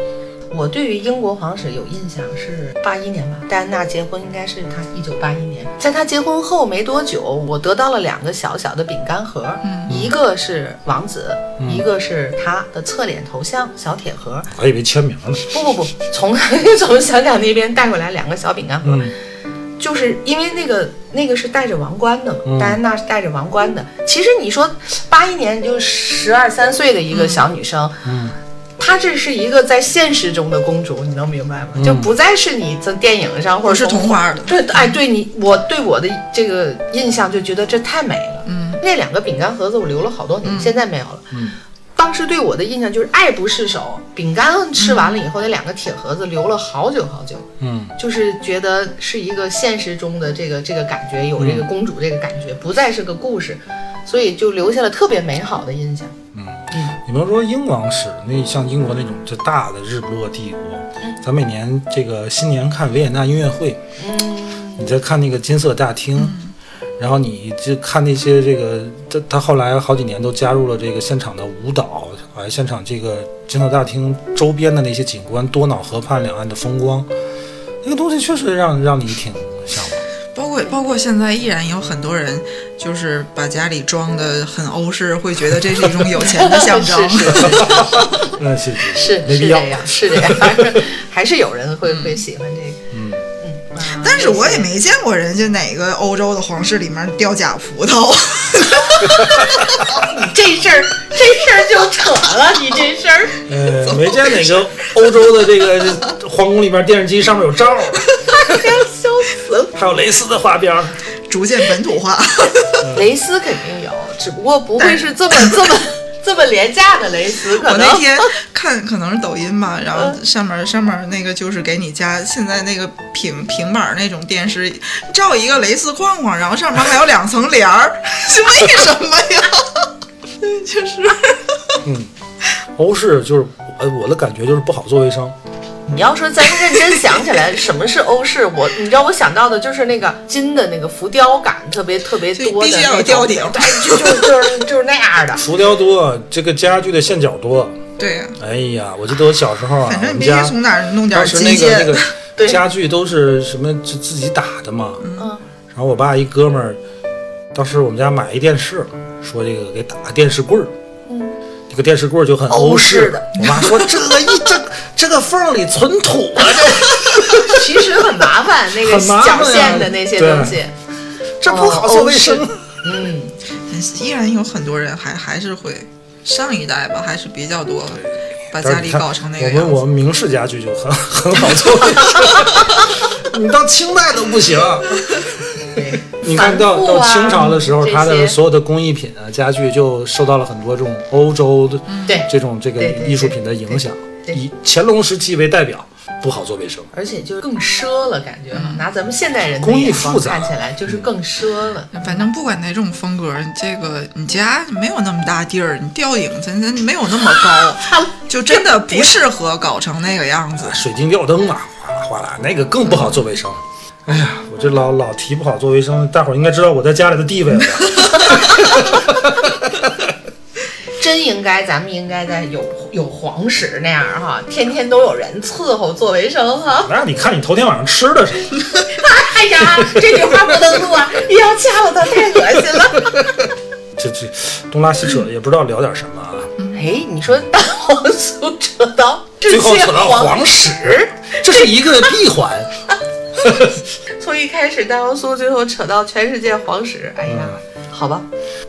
我对于英国皇室有印象是八一年吧，戴安娜结婚应该是她一九八一年，在她结婚后没多久，我得到了两个小小的饼干盒，一个是王子，一个是她的侧脸头像小铁盒，我还以为签名呢，不不不，从 (laughs) 从香港那边带回来两个小饼干盒，嗯就是因为那个那个是戴着王冠的嘛，嗯戴安娜是戴着王冠的。其实你说八一年就十二三岁的一个小女生，嗯，她这是一个在现实中的公主，你能明白吗？嗯就不再是你在电影上 (laughs) 不或者是从童。话的。对，哎，对你，我对我的这个印象就觉得这太美了。嗯，那两个饼干盒子我留了好多年，现在没有了。嗯，当时对我的印象就是爱不释手，饼干吃完了以后，那两个铁盒子留了好久好久。嗯，就是觉得是一个现实中的这个这个感觉，有这个公主这个感觉，不再是个故事，所以就留下了特别美好的印象。嗯你们说英王室那像英国那种这大的日不落帝国，咱每年这个新年看维也纳音乐会，嗯，你再看那个金色大厅，然后你就看那些这个，他他后来好几年都加入了这个现场的舞蹈，啊，现场这个金色大厅周边的那些景观，多瑙河畔两岸的风光，那个东西确实让让你挺向往。包括包括现在依然有很多人，就是把家里装的很欧式，会觉得这是一种有钱的象征。 (laughs) 是是那是是没是必这要 (laughs) 样，是这样，反正还是有人会会喜欢这个。嗯嗯，但是我也没见过人家哪个欧洲的皇室里面掉假葡萄，这事儿，这事儿就扯了，你这事儿。呃，没见哪个欧洲的这个皇宫里边电视机上面有罩儿， (laughs) 笑死了！还有蕾丝的花边儿。 (laughs) 逐渐本土化。蕾丝肯定有，只不过不会是这么这么这么廉价的蕾丝，可我那能 (laughs) 嗯天看可能是抖音吧，然后上面上面那个就是给你家现在那个平平板儿那种电视，照一个蕾丝框框，然后上面还有两层帘儿， (laughs) 是为什么呀？ (laughs) 就是欧式就是呃，我的感觉就是不好做卫生。你要说咱认真想起来，什么是欧式？我你知道我想到的就是那个金的那个浮雕感特别特别多的，必须要有吊顶对，就就就是就是那样的。浮雕多，这个家具的线脚多。对呀、哎呀，我记得我小时候啊，反我正你们必须家从哪儿弄点当儿时机那械。个 (laughs) 那个对家具都是什么自自己打的嘛。嗯，然后我爸一哥们儿，当时我们家买一电视，说这个给打个电视棍儿。嗯，这个电视棍儿就很欧式式的。我妈说这个一这这个缝儿里存土啊，其实很麻烦，那个很麻烦呀绞线的那些东西，这这不好做卫生。嗯，依然有很多人还还是会，上一代吧还是比较多，把但家是你里看搞成那个我样们我子。们明式家具就很很好做卫生， (laughs) 你到清代都不行。对你看帆到、布到啊清朝的时候，这它的些所有的工艺品啊、家具就受到了很多这种欧洲的嗯对这种这个对对艺术品的影响。对对以乾隆时期为代表，不好做卫生。而且就更奢了，感觉嗯哈，拿咱们现代人的工艺眼光复杂看起来就是更奢了。反正不管哪种风格，你这个你家没有那么大地儿，你吊顶咱咱没有那么高，就真的不适合搞成那个样子。水晶吊灯啊，哗啦哗啦，那个更不好做卫生。哎呀，我这老老提不好做卫生，大伙儿应该知道我在家里的地位了吧。 (laughs) 真应该，咱们应该在有有皇室那样哈，天天都有人伺候做卫生哈。 (laughs) 那你看你头天晚上吃的什么？哎呀，这句话不能录啊！你要掐我的，太恶心了。这这东拉西扯，也不知道聊点什么啊。哎，你说大黄鼠扯到最这后些扯到黄，皇室，这是一个闭环。从一开始大黄酥，最后扯到全世界黄室。哎呀，好吧，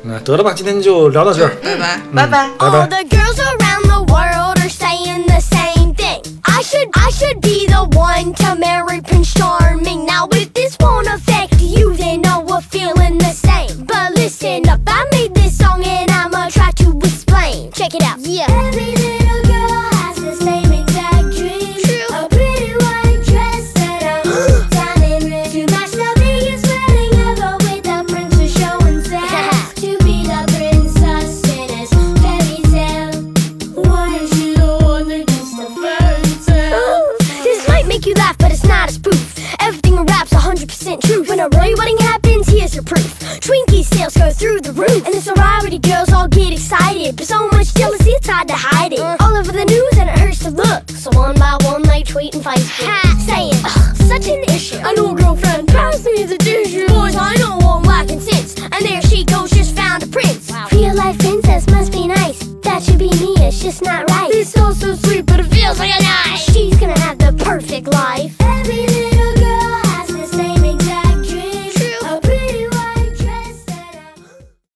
嗯，得了吧，今天就聊到这儿，拜拜。嗯拜拜。拜拜。All the girls around the world are saying the same thing. I should, I should be the one to marry Prince Charming. Now if this won't affect you, then no, we're feeling the same. But listen up, I made this song and I'ma try to explain. Check it out. Yeah. Every little girl has the same exact dream. A pretty white dress that I hold down in red to match the biggest wedding ever with a prince who's showing fast to be the princess in his fairy tale. Why is she the one that gets the fairy tale? This might make you laugh, but it's not as proof. Everything in rap's 100% true. When a royal wedding happens, here's your proof. Twinkie sales go through the roof. And the sorority girls all get excited. But so much jealousy, it's hard to hide it. All over the news, and it hurts to look. So one by one, they tweet and Facebook. Saying, "Ugh, such an issue. An old girlfriend, pass me the tissue. Boys, I know won't lack consents. And there she goes, she